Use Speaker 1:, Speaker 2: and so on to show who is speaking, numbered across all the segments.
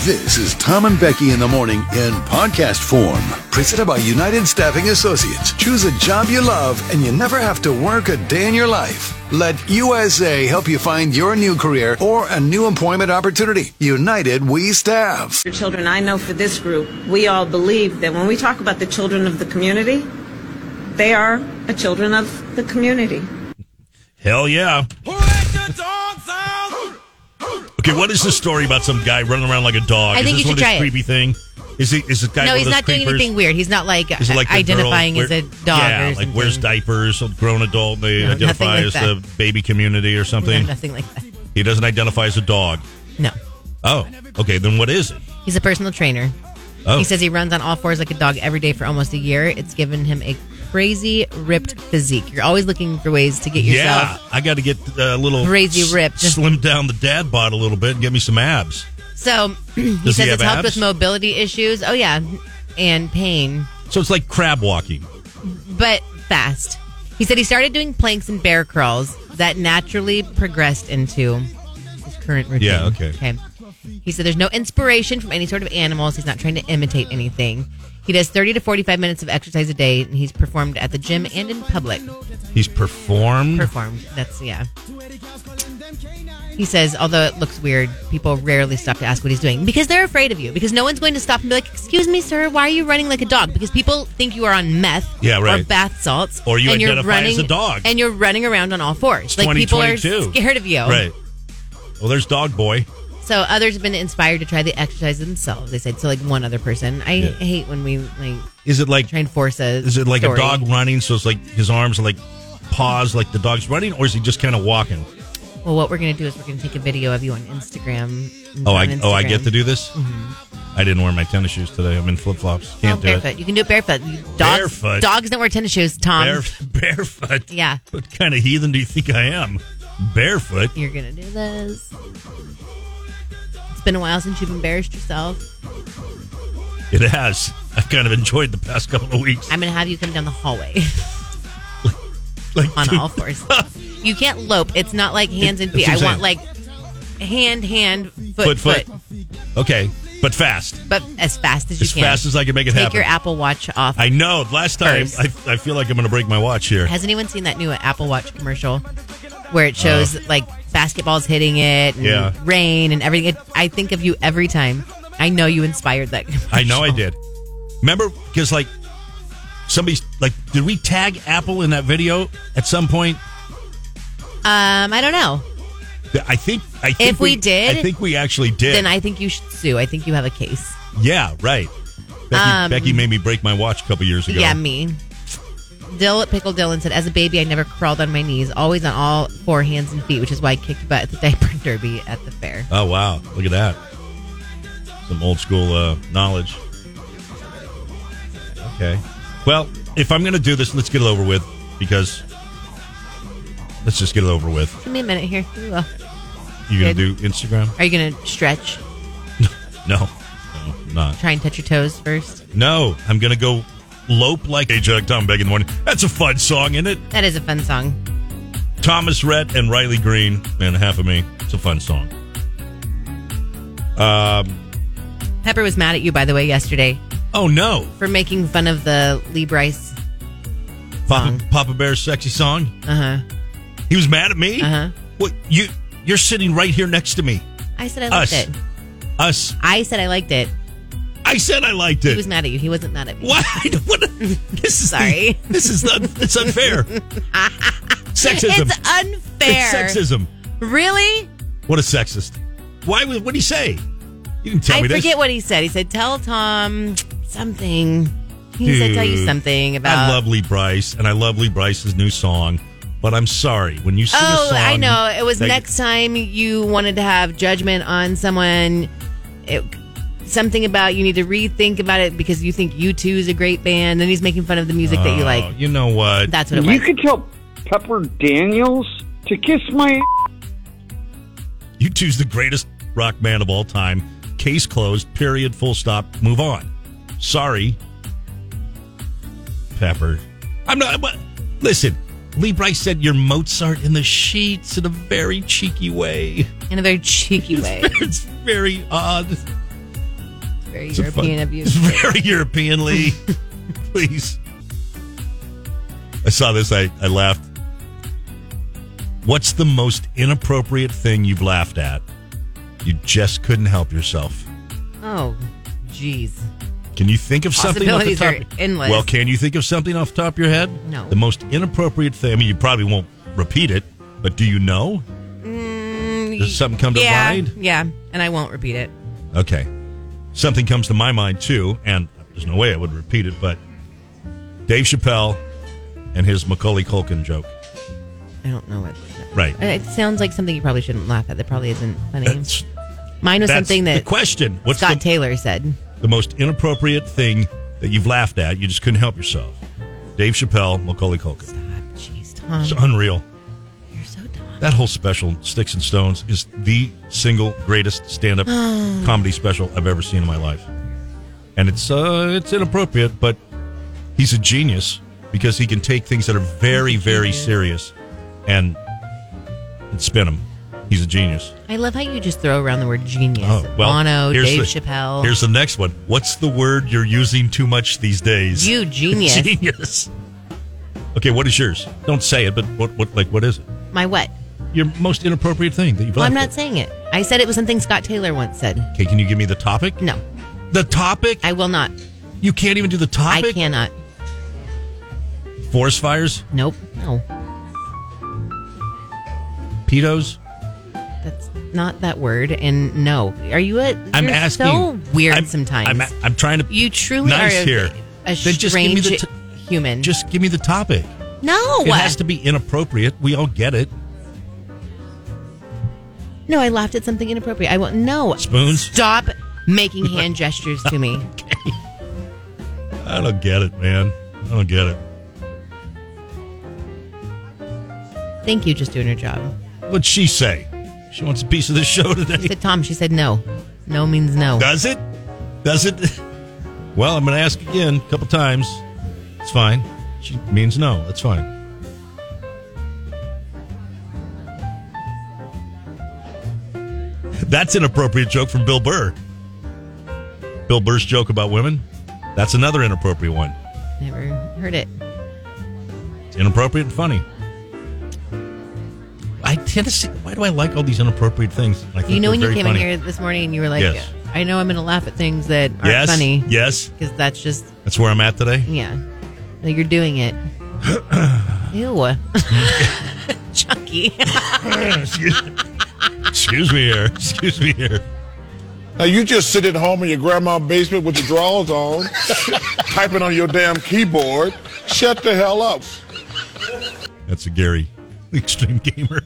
Speaker 1: This is Tom and Becky in the morning in podcast form. Presented by United Staffing Associates. Choose a job you love and you never have to work a day in your life. Let USA help you find your new career or a new employment opportunity. United We Staff.
Speaker 2: Your children, I know for this group, we all believe that when we talk about the children of the community, they are the children of the community.
Speaker 3: Hell yeah. Okay, what is the story about some guy running around like a dog?
Speaker 4: I think
Speaker 3: is this
Speaker 4: you
Speaker 3: one of
Speaker 4: should try it.
Speaker 3: these creepy thing? Is he, is this guy
Speaker 4: No,
Speaker 3: one
Speaker 4: he's
Speaker 3: of those
Speaker 4: not doing
Speaker 3: creepers?
Speaker 4: anything weird. He's not like,
Speaker 3: Is it like the girl,
Speaker 4: identifying as
Speaker 3: where-
Speaker 4: a dog.
Speaker 3: Yeah,
Speaker 4: or
Speaker 3: like
Speaker 4: something.
Speaker 3: wears diapers, a grown adult, and they
Speaker 4: No, nothing
Speaker 3: identify
Speaker 4: like
Speaker 3: as
Speaker 4: that.
Speaker 3: the baby community or
Speaker 4: No,
Speaker 3: something.
Speaker 4: nothing like that.
Speaker 3: He doesn't identify as a dog.
Speaker 4: No,
Speaker 3: Oh, okay, then what is it?
Speaker 4: he's a personal trainer.
Speaker 3: Oh,
Speaker 4: He says he runs on all fours like a dog every day for almost a year. It's given him a crazy ripped physique. You're always looking for ways to get
Speaker 3: yeah,
Speaker 4: yourself.
Speaker 3: I got to get uh, a little
Speaker 4: Crazy ripped.
Speaker 3: slim down the dad bod a little bit, and get me some abs.
Speaker 4: So he
Speaker 3: Does he
Speaker 4: says
Speaker 3: have
Speaker 4: it's helped
Speaker 3: abs?
Speaker 4: with mobility issues. Oh yeah, and pain,
Speaker 3: So it's like crab walking.
Speaker 4: but fast. He said he started doing planks and bear crawls that naturally progressed into his current routine.
Speaker 3: Yeah, okay.
Speaker 4: Okay. He said there's no inspiration from any sort of animals. He's not trying to imitate anything. He does 30 to 45 minutes of exercise a day, and he's performed at the gym and in public.
Speaker 3: He's performed.
Speaker 4: performed. That's yeah. He says, although it looks weird, people rarely stop to ask what he's doing because they're afraid of you. Because no one's going to stop and be like, "Excuse me, sir, why are you running like a dog?" Because people think you are on meth,
Speaker 3: Yeah, right.
Speaker 4: or bath salts,
Speaker 3: Or you
Speaker 4: and you're
Speaker 3: identify
Speaker 4: running
Speaker 3: as a dog.
Speaker 4: and you're running around on all fours.
Speaker 3: It's
Speaker 4: like people are
Speaker 3: 2022.
Speaker 4: scared of you,
Speaker 3: Right. Well, there's dog boy.
Speaker 4: So others have been inspired to try the exercise themselves. They said so. Like one other person, I
Speaker 3: Yeah.
Speaker 4: hate when we like
Speaker 3: Is it like
Speaker 4: try and force a.
Speaker 3: Is it like
Speaker 4: story.
Speaker 3: a dog running? So it's like his arms are like paws, like the dog's running, or is he just kind of walking?
Speaker 4: Well, what we're gonna do is we're gonna take a video of you on Instagram.
Speaker 3: Oh,
Speaker 4: on
Speaker 3: I oh I get
Speaker 4: Instagram.
Speaker 3: to do this. I didn't wear my tennis shoes today. I'm in flip flops. Can't
Speaker 4: Oh,
Speaker 3: do
Speaker 4: barefoot. Um,
Speaker 3: it.
Speaker 4: You can do it barefoot. You- Dogs,
Speaker 3: Barefoot.
Speaker 4: Dogs don't wear tennis shoes, Tom.
Speaker 3: Bare, barefoot.
Speaker 4: Yeah.
Speaker 3: What kind of heathen do you think I am? Barefoot.
Speaker 4: You're going to do this. It's been a while since you've embarrassed yourself.
Speaker 3: It has. I've kind of enjoyed the past couple of weeks.
Speaker 4: I'm going to have you come down the hallway
Speaker 3: Like
Speaker 4: on
Speaker 3: dude,
Speaker 4: all fours. You can't lope. It's not like hands and
Speaker 3: That's
Speaker 4: feet. I
Speaker 3: what I'm
Speaker 4: want
Speaker 3: saying.
Speaker 4: like hand, hand, foot,
Speaker 3: foot,
Speaker 4: foot,
Speaker 3: foot. Okay, but fast.
Speaker 4: But as fast as you
Speaker 3: As
Speaker 4: can.
Speaker 3: fast as I can make it
Speaker 4: Take
Speaker 3: happen.
Speaker 4: your Apple Watch off.
Speaker 3: I know. Last time,
Speaker 4: First.
Speaker 3: I, I feel like I'm going to break my watch here.
Speaker 4: Has anyone seen that new Apple Watch commercial where it shows like basketballs hitting it and
Speaker 3: Uh. Yeah.
Speaker 4: rain and everything? It, I think of you every time. I know you inspired that.
Speaker 3: I know I
Speaker 4: commercial.
Speaker 3: did. Remember, because like somebody's like, did we tag Apple in that video at some point?
Speaker 4: Um, I don't know.
Speaker 3: I think. I think
Speaker 4: If we did,
Speaker 3: I think we actually did.
Speaker 4: Then I think you should sue. I think you have a case.
Speaker 3: yeah, right. Becky,
Speaker 4: Um,
Speaker 3: Becky made me break my watch a couple years ago.
Speaker 4: Yeah, me. Dill at Pickle Dylan said, "As a baby, I never crawled on my knees, always on all four hands and feet, which is why I kicked butt at the diaper derby at the fair."
Speaker 3: Oh wow, look at that. Some old school uh, knowledge. Okay. Well, if I'm going to do this, let's get it over with because let's just get it over with.
Speaker 4: Give me a minute here. We will.
Speaker 3: You going to
Speaker 4: Good.
Speaker 3: do Instagram?
Speaker 4: Are you gonna stretch?
Speaker 3: No, no, I'm not.
Speaker 4: Try and touch your toes first.
Speaker 3: No, I'm going to go lope like a jug Tom Beck in the morning. That's a fun song, isn't it?
Speaker 4: That is a fun song.
Speaker 3: Thomas Rhett and Riley Green and Half of Me. It's a fun song. Um,
Speaker 4: Pepper was mad at you, by the way, yesterday
Speaker 3: oh no,
Speaker 4: for making fun of the Lee Bryce.
Speaker 3: Papa,
Speaker 4: Song.
Speaker 3: Papa Bear's sexy song.
Speaker 4: Uh huh.
Speaker 3: He was mad at me.
Speaker 4: Uh-huh.
Speaker 3: What you? You're sitting right here next to me.
Speaker 4: I said I liked
Speaker 3: Us.
Speaker 4: it.
Speaker 3: Us.
Speaker 4: I said I liked it.
Speaker 3: I said I liked it.
Speaker 4: He was mad at you. He wasn't mad at me.
Speaker 3: what? what? This is
Speaker 4: Sorry.
Speaker 3: this is un, it's unfair. sexism.
Speaker 4: It's unfair.
Speaker 3: It's sexism.
Speaker 4: Really?
Speaker 3: What a sexist. Why would what did he say? You didn't tell
Speaker 4: I
Speaker 3: me
Speaker 4: forget
Speaker 3: this.
Speaker 4: what he said. He said, "Tell Tom something." He said, "Tell you
Speaker 3: Dude,
Speaker 4: something about."
Speaker 3: Hmm. I love Lee Bryce and I love Lee Bryce's new song, but I'm sorry when you sing a
Speaker 4: oh,
Speaker 3: song.
Speaker 4: I know. It was
Speaker 3: that-
Speaker 4: next time you wanted to have judgment on someone. It, something about you need to rethink about it because you think U2 is a great band. Then he's making fun of the music that you
Speaker 3: Oh,
Speaker 4: like.
Speaker 3: you know what?
Speaker 4: That's what it
Speaker 5: You
Speaker 4: was.
Speaker 5: could tell Pepper Daniels to kiss my. a-
Speaker 3: you choose the greatest rock man of all time. Case closed. Period. Full stop. Move on. Sorry, Pepper. I'm not. But listen, Lee Bryce said you're Mozart in the sheets in a very cheeky way.
Speaker 4: in a very cheeky way.
Speaker 3: It's very odd.
Speaker 4: Very
Speaker 3: It's a fun-
Speaker 4: European
Speaker 3: It's
Speaker 4: abuse.
Speaker 3: very European, Lee. Please. I saw this. I, I laughed. What's the most inappropriate thing you've laughed at? You just couldn't help yourself.
Speaker 4: Oh, jeez.
Speaker 3: Can you think of something off the
Speaker 4: Possibilities
Speaker 3: top?
Speaker 4: are endless.
Speaker 3: Well, can you think of something off the top of your head?
Speaker 4: No.
Speaker 3: The most inappropriate thing. I mean, you probably won't repeat it, but do you know? Does something come to
Speaker 4: yeah,
Speaker 3: mind?
Speaker 4: Yeah, and I won't repeat it.
Speaker 3: Okay. Something comes to my mind too, and there's no way I would repeat it, but Dave Chappelle and his Macaulay Culkin joke.
Speaker 4: I don't know what.
Speaker 3: Right.
Speaker 4: It sounds like something you probably shouldn't laugh at. That probably isn't funny.
Speaker 3: That's,
Speaker 4: Mine was
Speaker 3: that's
Speaker 4: something
Speaker 3: the
Speaker 4: that
Speaker 3: question. What's
Speaker 4: Scott
Speaker 3: the,
Speaker 4: Taylor said.
Speaker 3: the most inappropriate thing that you've laughed at? You just couldn't help yourself. Dave Chappelle, Macaulay Culkin.
Speaker 4: Jeez, Tom,
Speaker 3: It's unreal.
Speaker 4: you're so dumb.
Speaker 3: That whole special, Sticks and Stones, is the single greatest stand-up comedy special I've ever seen in my life. And it's uh, it's inappropriate, but he's a genius because he can take things that are very, very serious and and spin them. He's a genius.
Speaker 4: I love how you just throw around the word genius.
Speaker 3: Oh, well,
Speaker 4: Bono,
Speaker 3: here's
Speaker 4: Dave
Speaker 3: the-
Speaker 4: Chappelle.
Speaker 3: Here's the next one. What's the word you're using too much these days?
Speaker 4: you genius.
Speaker 3: Genius. Okay, what is yours? Don't say it, but what, what like what is it?
Speaker 4: My what?
Speaker 3: Your most inappropriate thing that you've
Speaker 4: Well, I'm
Speaker 3: laughed
Speaker 4: not
Speaker 3: at?
Speaker 4: saying it. I said it was something Scott Taylor once said.
Speaker 3: Okay, can you give me the topic?
Speaker 4: No,
Speaker 3: The topic?
Speaker 4: I will not.
Speaker 3: you can't even do the topic?
Speaker 4: I cannot.
Speaker 3: Forest fires?
Speaker 4: Nope. No,
Speaker 3: Pedos?
Speaker 4: that's not that word. And no, are you a?
Speaker 3: I'm
Speaker 4: you're
Speaker 3: asking.
Speaker 4: So weird
Speaker 3: I'm-
Speaker 4: sometimes.
Speaker 3: I'm, I'm trying to.
Speaker 4: you truly
Speaker 3: nice
Speaker 4: are a,
Speaker 3: here.
Speaker 4: a
Speaker 3: Then just give me
Speaker 4: strange
Speaker 3: the t-
Speaker 4: human.
Speaker 3: Just give me the topic.
Speaker 4: no.
Speaker 3: It has to be inappropriate. We all get it.
Speaker 4: No, I laughed at something inappropriate. I won't. No.
Speaker 3: Spoons?
Speaker 4: Stop making hand gestures to me.
Speaker 3: I don't get it, man. I don't get it.
Speaker 4: Thank you, just doing her job.
Speaker 3: What'd she say? She wants a piece of this show
Speaker 4: She
Speaker 3: today.
Speaker 4: said, Tom, she said no. No means no.
Speaker 3: Does it? Does it? Well, I'm going to ask again a couple times. It's fine. She means no. That's fine. That's an appropriate joke from Bill Burr. Bill Burr's joke about women. That's another inappropriate one.
Speaker 4: Never heard it.
Speaker 3: It's inappropriate and funny. I tend to see. Why do I like all these inappropriate things? I think
Speaker 4: You
Speaker 3: they're
Speaker 4: know when you
Speaker 3: very
Speaker 4: came
Speaker 3: funny.
Speaker 4: in here this morning and you were like,
Speaker 3: Yes.
Speaker 4: I know I'm going to laugh at things that aren't
Speaker 3: Yes,
Speaker 4: funny.
Speaker 3: yes,
Speaker 4: Because that's just,
Speaker 3: that's where I'm at today.
Speaker 4: yeah. No, you're doing it. Ew. Chunky.
Speaker 3: excuse, excuse me here. Excuse me here.
Speaker 6: Now you just sit at home in your grandma's basement with the drawers on, typing on your damn keyboard. Shut the hell up.
Speaker 3: That's a Gary, extreme gamer.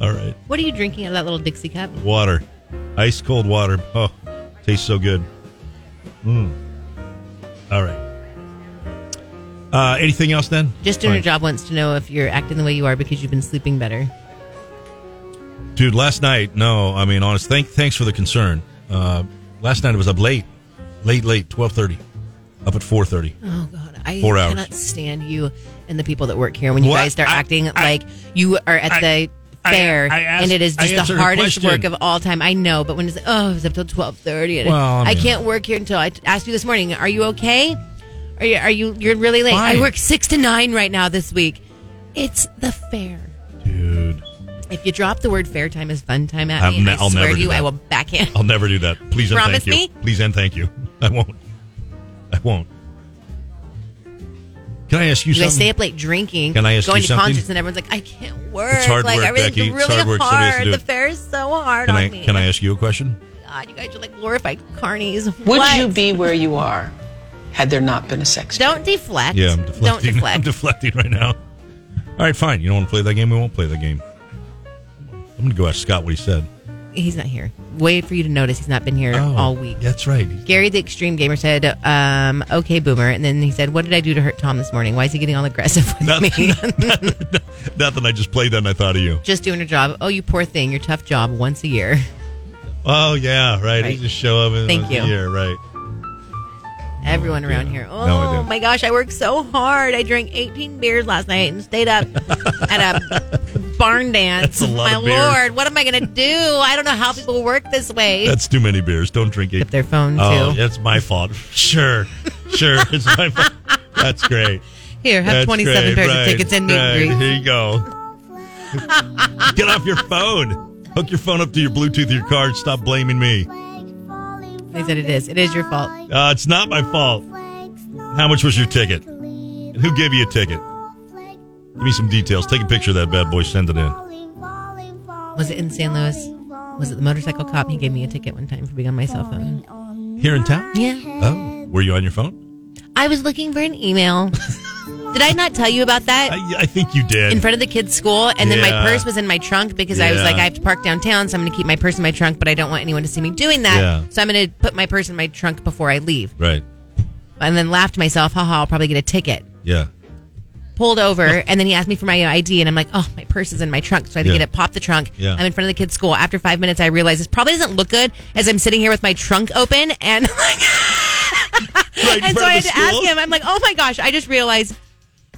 Speaker 3: All right,
Speaker 4: what are you drinking out of that little Dixie cup?
Speaker 3: water, ice cold water. Oh, tastes so good. Mm. All right. Uh, anything else then?
Speaker 4: Just doing her
Speaker 3: Fine.
Speaker 4: job wants to know if you're acting the way you are because you've been sleeping better.
Speaker 3: dude. Last night, no. I mean, honest. Thank, thanks for the concern. Uh, last night I was up late, late, late, twelve thirty, up at four thirty.
Speaker 4: Oh God, I
Speaker 3: Four hours.
Speaker 4: cannot stand you and the people that work here when you
Speaker 3: What?
Speaker 4: guys start
Speaker 3: I-
Speaker 4: acting
Speaker 3: I-
Speaker 4: like you are at
Speaker 3: I-
Speaker 4: the
Speaker 3: I-
Speaker 4: fair
Speaker 3: I asked-
Speaker 4: and it is
Speaker 3: I
Speaker 4: just
Speaker 3: answered
Speaker 4: the
Speaker 3: a
Speaker 4: hardest
Speaker 3: question.
Speaker 4: work of all time. I know, but when it's oh, it's up till twelve thirty.
Speaker 3: Well, I
Speaker 4: I,
Speaker 3: mean-
Speaker 4: can't work here until I t- asked you this morning. Are you okay? Are you? Are you? You're really late.
Speaker 3: Fine.
Speaker 4: I work six to nine right now this week. It's the fair.
Speaker 3: Dude,
Speaker 4: If you drop the word fair time as fun time at
Speaker 3: I'll
Speaker 4: me,
Speaker 3: ne-
Speaker 4: I
Speaker 3: I'll
Speaker 4: swear
Speaker 3: never
Speaker 4: to
Speaker 3: do
Speaker 4: you, I
Speaker 3: that.
Speaker 4: will backhand.
Speaker 3: I'll never do that. Please and
Speaker 4: Promise
Speaker 3: thank you.
Speaker 4: me?
Speaker 3: Please and thank you. I won't. I won't. Can I ask you
Speaker 4: You guys
Speaker 3: something?
Speaker 4: stay up late drinking,
Speaker 3: Can I ask
Speaker 4: going
Speaker 3: you
Speaker 4: to
Speaker 3: something?
Speaker 4: concerts, and everyone's like, "I can't work.
Speaker 3: It's hard
Speaker 4: like
Speaker 3: work,
Speaker 4: everything's
Speaker 3: Becky. It's
Speaker 4: really
Speaker 3: hard work. Somebody has to
Speaker 4: hard.
Speaker 3: do
Speaker 4: The
Speaker 3: it."
Speaker 4: fair is so hard
Speaker 3: can
Speaker 4: on
Speaker 3: I
Speaker 4: me.
Speaker 3: can I ask you a question?
Speaker 4: God, you guys are like glorified carnies.
Speaker 7: Would
Speaker 4: What?
Speaker 7: you be where you are had there not been a sex?
Speaker 4: Don't deflect.
Speaker 3: Yeah, I'm deflecting.
Speaker 4: Don't deflect.
Speaker 3: I'm deflecting right now. All right, fine. You don't want to play that game? We won't play that game. I'm going to go ask Scott what he said.
Speaker 4: he's not here. Wait for you to notice he's not been here
Speaker 3: Oh,
Speaker 4: all week.
Speaker 3: That's right.
Speaker 4: Gary the Extreme Gamer said, um, okay, boomer. And then he said, what did I do to hurt Tom this morning? Why is he getting all aggressive with
Speaker 3: Nothing.
Speaker 4: me?
Speaker 3: Nothing. I just played that and I thought of you.
Speaker 4: Just doing her job. Oh, you poor thing. Your tough job once a year.
Speaker 3: Oh yeah, right.
Speaker 4: Right.
Speaker 3: You just show up and
Speaker 4: Thank
Speaker 3: once a
Speaker 4: you.
Speaker 3: year, right?
Speaker 4: Everyone around here.
Speaker 3: No, I
Speaker 4: Oh
Speaker 3: didn't.
Speaker 4: my gosh, I worked so hard. I drank 18 beers last night and stayed up at a barn dance.
Speaker 3: That's a lot
Speaker 4: My
Speaker 3: of beer.
Speaker 4: lord, what am I going to do? I don't know how people work this way.
Speaker 3: That's too many beers. Don't drink it.
Speaker 4: Up their phone,
Speaker 3: Oh,
Speaker 4: too.
Speaker 3: that's my fault. Sure, sure, it's my fault. That's great.
Speaker 4: Here, have
Speaker 3: That's
Speaker 4: 27
Speaker 3: great.
Speaker 4: pairs
Speaker 3: Right,
Speaker 4: of tickets and meet
Speaker 3: right.
Speaker 4: and greet.
Speaker 3: Here you go. Get off your phone. Hook your phone up to your Bluetooth, your car. and Stop blaming me.
Speaker 4: They said it is. It is your fault.
Speaker 3: Uh, it's not my fault. How much was your ticket? And who gave you a ticket? Give me some details. Take a picture of that bad boy. Send it in.
Speaker 4: Was it in St. Louis? Was it the motorcycle cop? He gave me a ticket one time for being on my cell phone.
Speaker 3: Here in town?
Speaker 4: Yeah.
Speaker 3: Oh, were you on your phone?
Speaker 4: I was looking for an email. Did I not tell you about that?
Speaker 3: I, I think you did.
Speaker 4: in front of the kids' school, and then
Speaker 3: Yeah.
Speaker 4: my purse was in my trunk because I was
Speaker 3: Yeah.
Speaker 4: like, I have to park downtown, so I'm going to keep my purse in my trunk, but I don't want anyone to see me doing that.
Speaker 3: Yeah.
Speaker 4: So I'm going to put my purse in my trunk before I leave.
Speaker 3: right.
Speaker 4: And then laughed to myself, haha, I'll probably get a ticket.
Speaker 3: Yeah.
Speaker 4: Pulled over, and then he asked me for my ID, and I'm like, oh, my purse is in my trunk. So I had to
Speaker 3: Yeah.
Speaker 4: get it, pop the trunk.
Speaker 3: Yeah.
Speaker 4: I'm in front of the kids' school. After five minutes, I realized this probably doesn't look good as I'm sitting here with my trunk open, and,
Speaker 3: Right in
Speaker 4: and
Speaker 3: front
Speaker 4: so I
Speaker 3: of
Speaker 4: had
Speaker 3: the
Speaker 4: to ask
Speaker 3: school?
Speaker 4: him, I'm like, oh my gosh, I just realized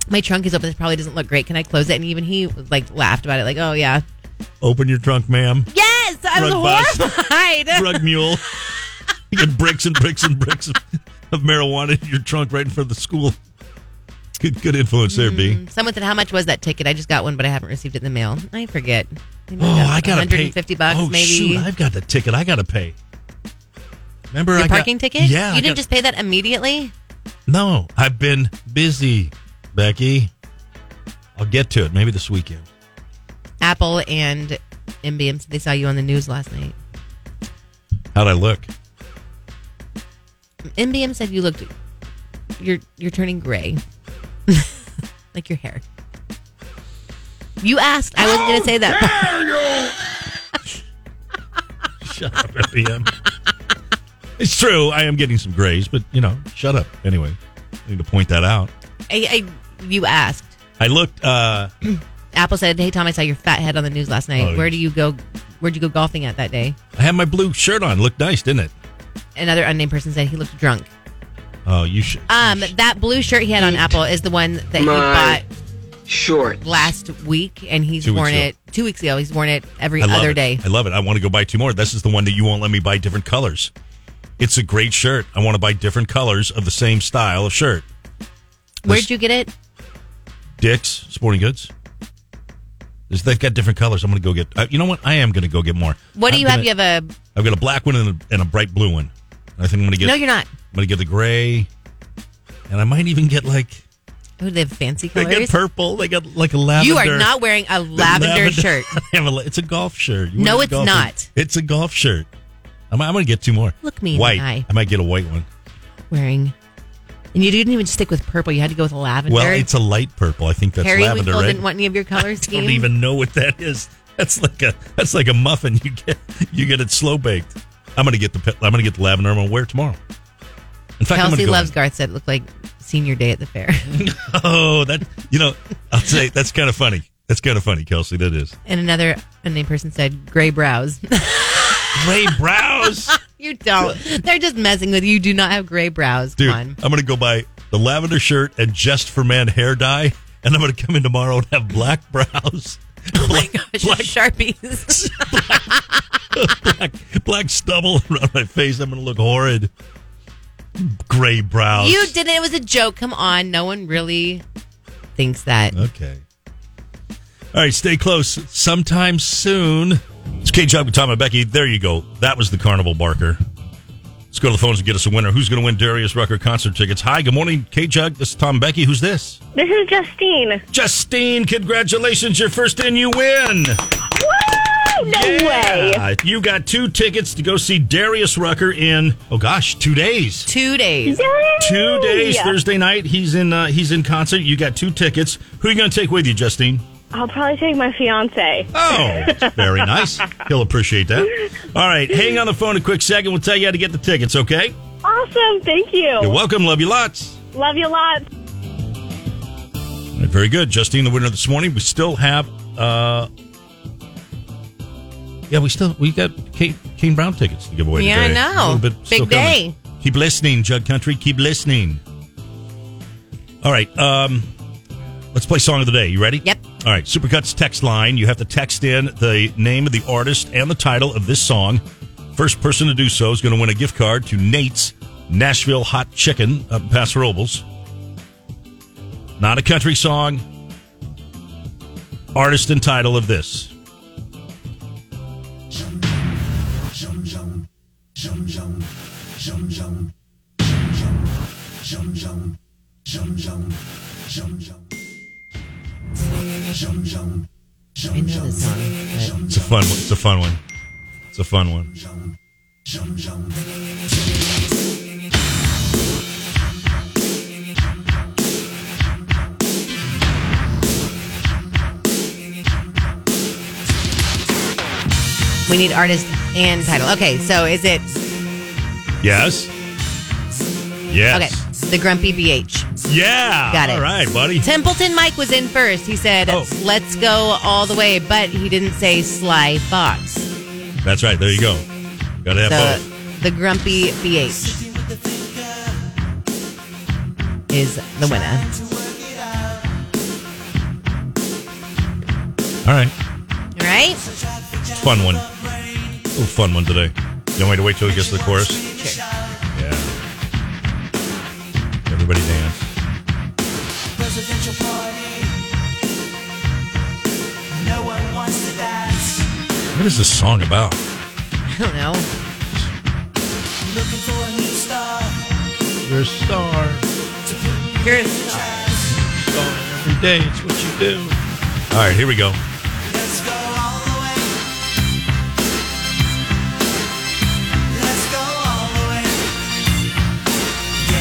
Speaker 4: my trunk is open. This probably doesn't look great. Can I close it? And even he like laughed about it, like, oh yeah.
Speaker 3: Open your trunk, ma'am.
Speaker 4: Yes, I was
Speaker 3: Drug bust.
Speaker 4: horrified.
Speaker 3: Drug mule. You got bricks and bricks and bricks of, of marijuana in your trunk right in front of the school. Good, good influence there, B.
Speaker 4: Someone said, "How much was that ticket?" I just got one, but I haven't received it in the mail. I forget. Maybe
Speaker 3: Oh, I gotta pay
Speaker 4: 150 bucks,
Speaker 3: Oh,
Speaker 4: maybe.
Speaker 3: shoot, I've got the ticket. I gotta pay. Remember,
Speaker 4: Your
Speaker 3: I got-
Speaker 4: parking ticket?
Speaker 3: Yeah,
Speaker 4: you
Speaker 3: I
Speaker 4: didn't
Speaker 3: got-
Speaker 4: just pay that immediately.
Speaker 3: No, I've been busy, Becky. I'll get to it maybe this weekend.
Speaker 4: Apple and MBM. said They saw you on the news last night.
Speaker 3: How'd I look?
Speaker 4: MBM said you looked. You're you're turning gray, like your hair. You asked. I wasn't
Speaker 3: Oh,
Speaker 4: going to say that.
Speaker 3: Shut up, FBM. it's true. I am getting some grays, but you know, shut up. Anyway, I need to point that out.
Speaker 4: I, I you asked.
Speaker 3: I looked. uh
Speaker 4: Apple said, "Hey Tom, I saw your fat head on the news last night.
Speaker 3: Oh,
Speaker 4: Where
Speaker 3: yes.
Speaker 4: do you go? Where'd you go golfing at that day?"
Speaker 3: I had my blue shirt on. Looked nice, didn't it?
Speaker 4: Another unnamed person said he looked drunk.
Speaker 3: Oh, you should.
Speaker 4: Um, that blue shirt he had on Apple is the one that he bought
Speaker 7: My- Short.
Speaker 4: last week, and he's
Speaker 3: Two weeks
Speaker 4: worn
Speaker 3: ago.
Speaker 4: it two weeks ago. He's worn it every
Speaker 3: I love
Speaker 4: other
Speaker 3: it.
Speaker 4: day.
Speaker 3: I love it. I want to go buy two more. This is the one that you won't let me buy different colors. It's a great shirt. I want to buy different colors of the same style of shirt.
Speaker 4: Where'd you get it?
Speaker 3: Dick's Sporting Goods. There's- They've got different colors. I'm going to go get. Uh, you know what? I am going to go get more.
Speaker 4: What do
Speaker 3: I'm
Speaker 4: you
Speaker 3: gonna-
Speaker 4: have? You have a
Speaker 3: I've got a black one and a, and a bright blue one. I think I'm going to get.
Speaker 4: no, you're not.
Speaker 3: I'm going to get the gray, and I might even get like.
Speaker 4: Oh, they have fancy
Speaker 3: They get
Speaker 4: colors.
Speaker 3: purple. They got like a lavender.
Speaker 4: You are not wearing a lavender, shirt.
Speaker 3: I have a la- it's a golf shirt. You
Speaker 4: No,
Speaker 3: wear a
Speaker 4: it's
Speaker 3: golf-
Speaker 4: not.
Speaker 3: It's a golf shirt. I'm, I'm going to get two more.
Speaker 4: Look me in the
Speaker 3: white.
Speaker 4: eye.
Speaker 3: I might get a white one.
Speaker 4: Wearing, and you didn't even stick with purple. You had to go with lavender.
Speaker 3: Well, it's a light purple. I think that's
Speaker 4: Harry
Speaker 3: lavender,
Speaker 4: Weefold
Speaker 3: right?
Speaker 4: didn't want any of your
Speaker 3: I
Speaker 4: colors.
Speaker 3: don't even know what that is. That's like a that's like a muffin. You get you get it slow baked. I'm gonna get the pe- I'm gonna get the lavender. I'm gonna wear it tomorrow. In fact, I'm
Speaker 4: Kelsey
Speaker 3: gonna go
Speaker 4: loves Garth said it looked like senior day at the fair.
Speaker 3: Oh, that you know, I'll say that's kind of funny. That's kind of funny, Kelsey. That is
Speaker 4: And another unnamed person said gray brows.
Speaker 3: gray brows,
Speaker 4: you don't. They're just messing with you. You do not have gray brows.
Speaker 3: dude.
Speaker 4: Come on.
Speaker 3: I'm gonna go buy the lavender shirt and just for men hair dye, and I'm gonna come in tomorrow and have black brows. Oh my
Speaker 4: Gosh, your Sharpies.
Speaker 3: black, black stubble around my face. I'm going to look horrid. Gray brows.
Speaker 4: you did it. It was a joke. Come on. No one really thinks that.
Speaker 3: Okay. All right, stay close. Sometime soon. It's K Job with Tom and Becky. There you go. That was the carnival barker. Let's go to the phones and get us a winner. Who's going to win Darius Rucker concert tickets? Hi, good morning, K Jug. This is Tom and Becky. Who's this?
Speaker 8: This is Justine.
Speaker 3: Justine, congratulations. You're first in, you win.
Speaker 8: Woo! No way.
Speaker 3: Yeah. You got two tickets to go see Darius Rucker in, oh gosh, two days.
Speaker 4: Two days.
Speaker 8: Yay!
Speaker 3: Two days Thursday night. He's in. Uh, he's in concert. You got two tickets. Who are you going to take with you, Justine?
Speaker 8: I'll probably take my fiance.
Speaker 3: Oh, very nice. He'll appreciate that. All right, hang on the phone a quick second. We'll tell you how to get the tickets. Okay.
Speaker 8: Awesome. Thank you.
Speaker 3: You're welcome. Love you lots.
Speaker 8: Love you lots.
Speaker 3: All right, very good, Justine, the winner this morning. We still have. uh Yeah, we still we got Kate, Kane Brown tickets to give away.
Speaker 4: Yeah, I
Speaker 3: today.
Speaker 4: know.
Speaker 3: A little bit still
Speaker 4: Big
Speaker 3: coming.
Speaker 4: day.
Speaker 3: Keep listening, Jug Country. Keep listening. All right. Um, Let's play song of the day. You ready?
Speaker 4: Yep.
Speaker 3: All right. Supercuts text line. You have to text in the name of the artist and the title of this song. First person to do so is going to win a gift card to Nate's Nashville Hot Chicken up in Paso Robles. Not a country song. Artist and title of this.
Speaker 4: I know this song.
Speaker 3: It's a fun one. It's a fun one. It's a fun one.
Speaker 4: but We need artist and title. Okay, so is it
Speaker 3: Yes.
Speaker 4: okay?
Speaker 3: Yes.
Speaker 4: The Grumpy BH.
Speaker 3: Yeah.
Speaker 4: Got it.
Speaker 3: All right, buddy.
Speaker 4: Templeton Mike was in first. He said,
Speaker 3: Oh.
Speaker 4: "Let's go all the way," but he didn't say Sly Fox.
Speaker 3: That's right. There you go. Got to have
Speaker 4: So
Speaker 3: both.
Speaker 4: the Grumpy BH is the winner.
Speaker 3: All right.
Speaker 4: All right.
Speaker 3: It's a fun one. A little fun one today. You want me to wait till it gets to the chorus? Yeah. Everybody dance. What is this song about?
Speaker 4: I don't know.
Speaker 3: Your star.
Speaker 4: Here's
Speaker 3: Every day, it's what you do. All right, here we go.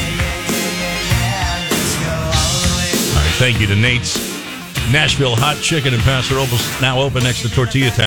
Speaker 3: All right, thank you to Nate's Nashville Hot Chicken in Paso Robles, now open next to Tortilla Town.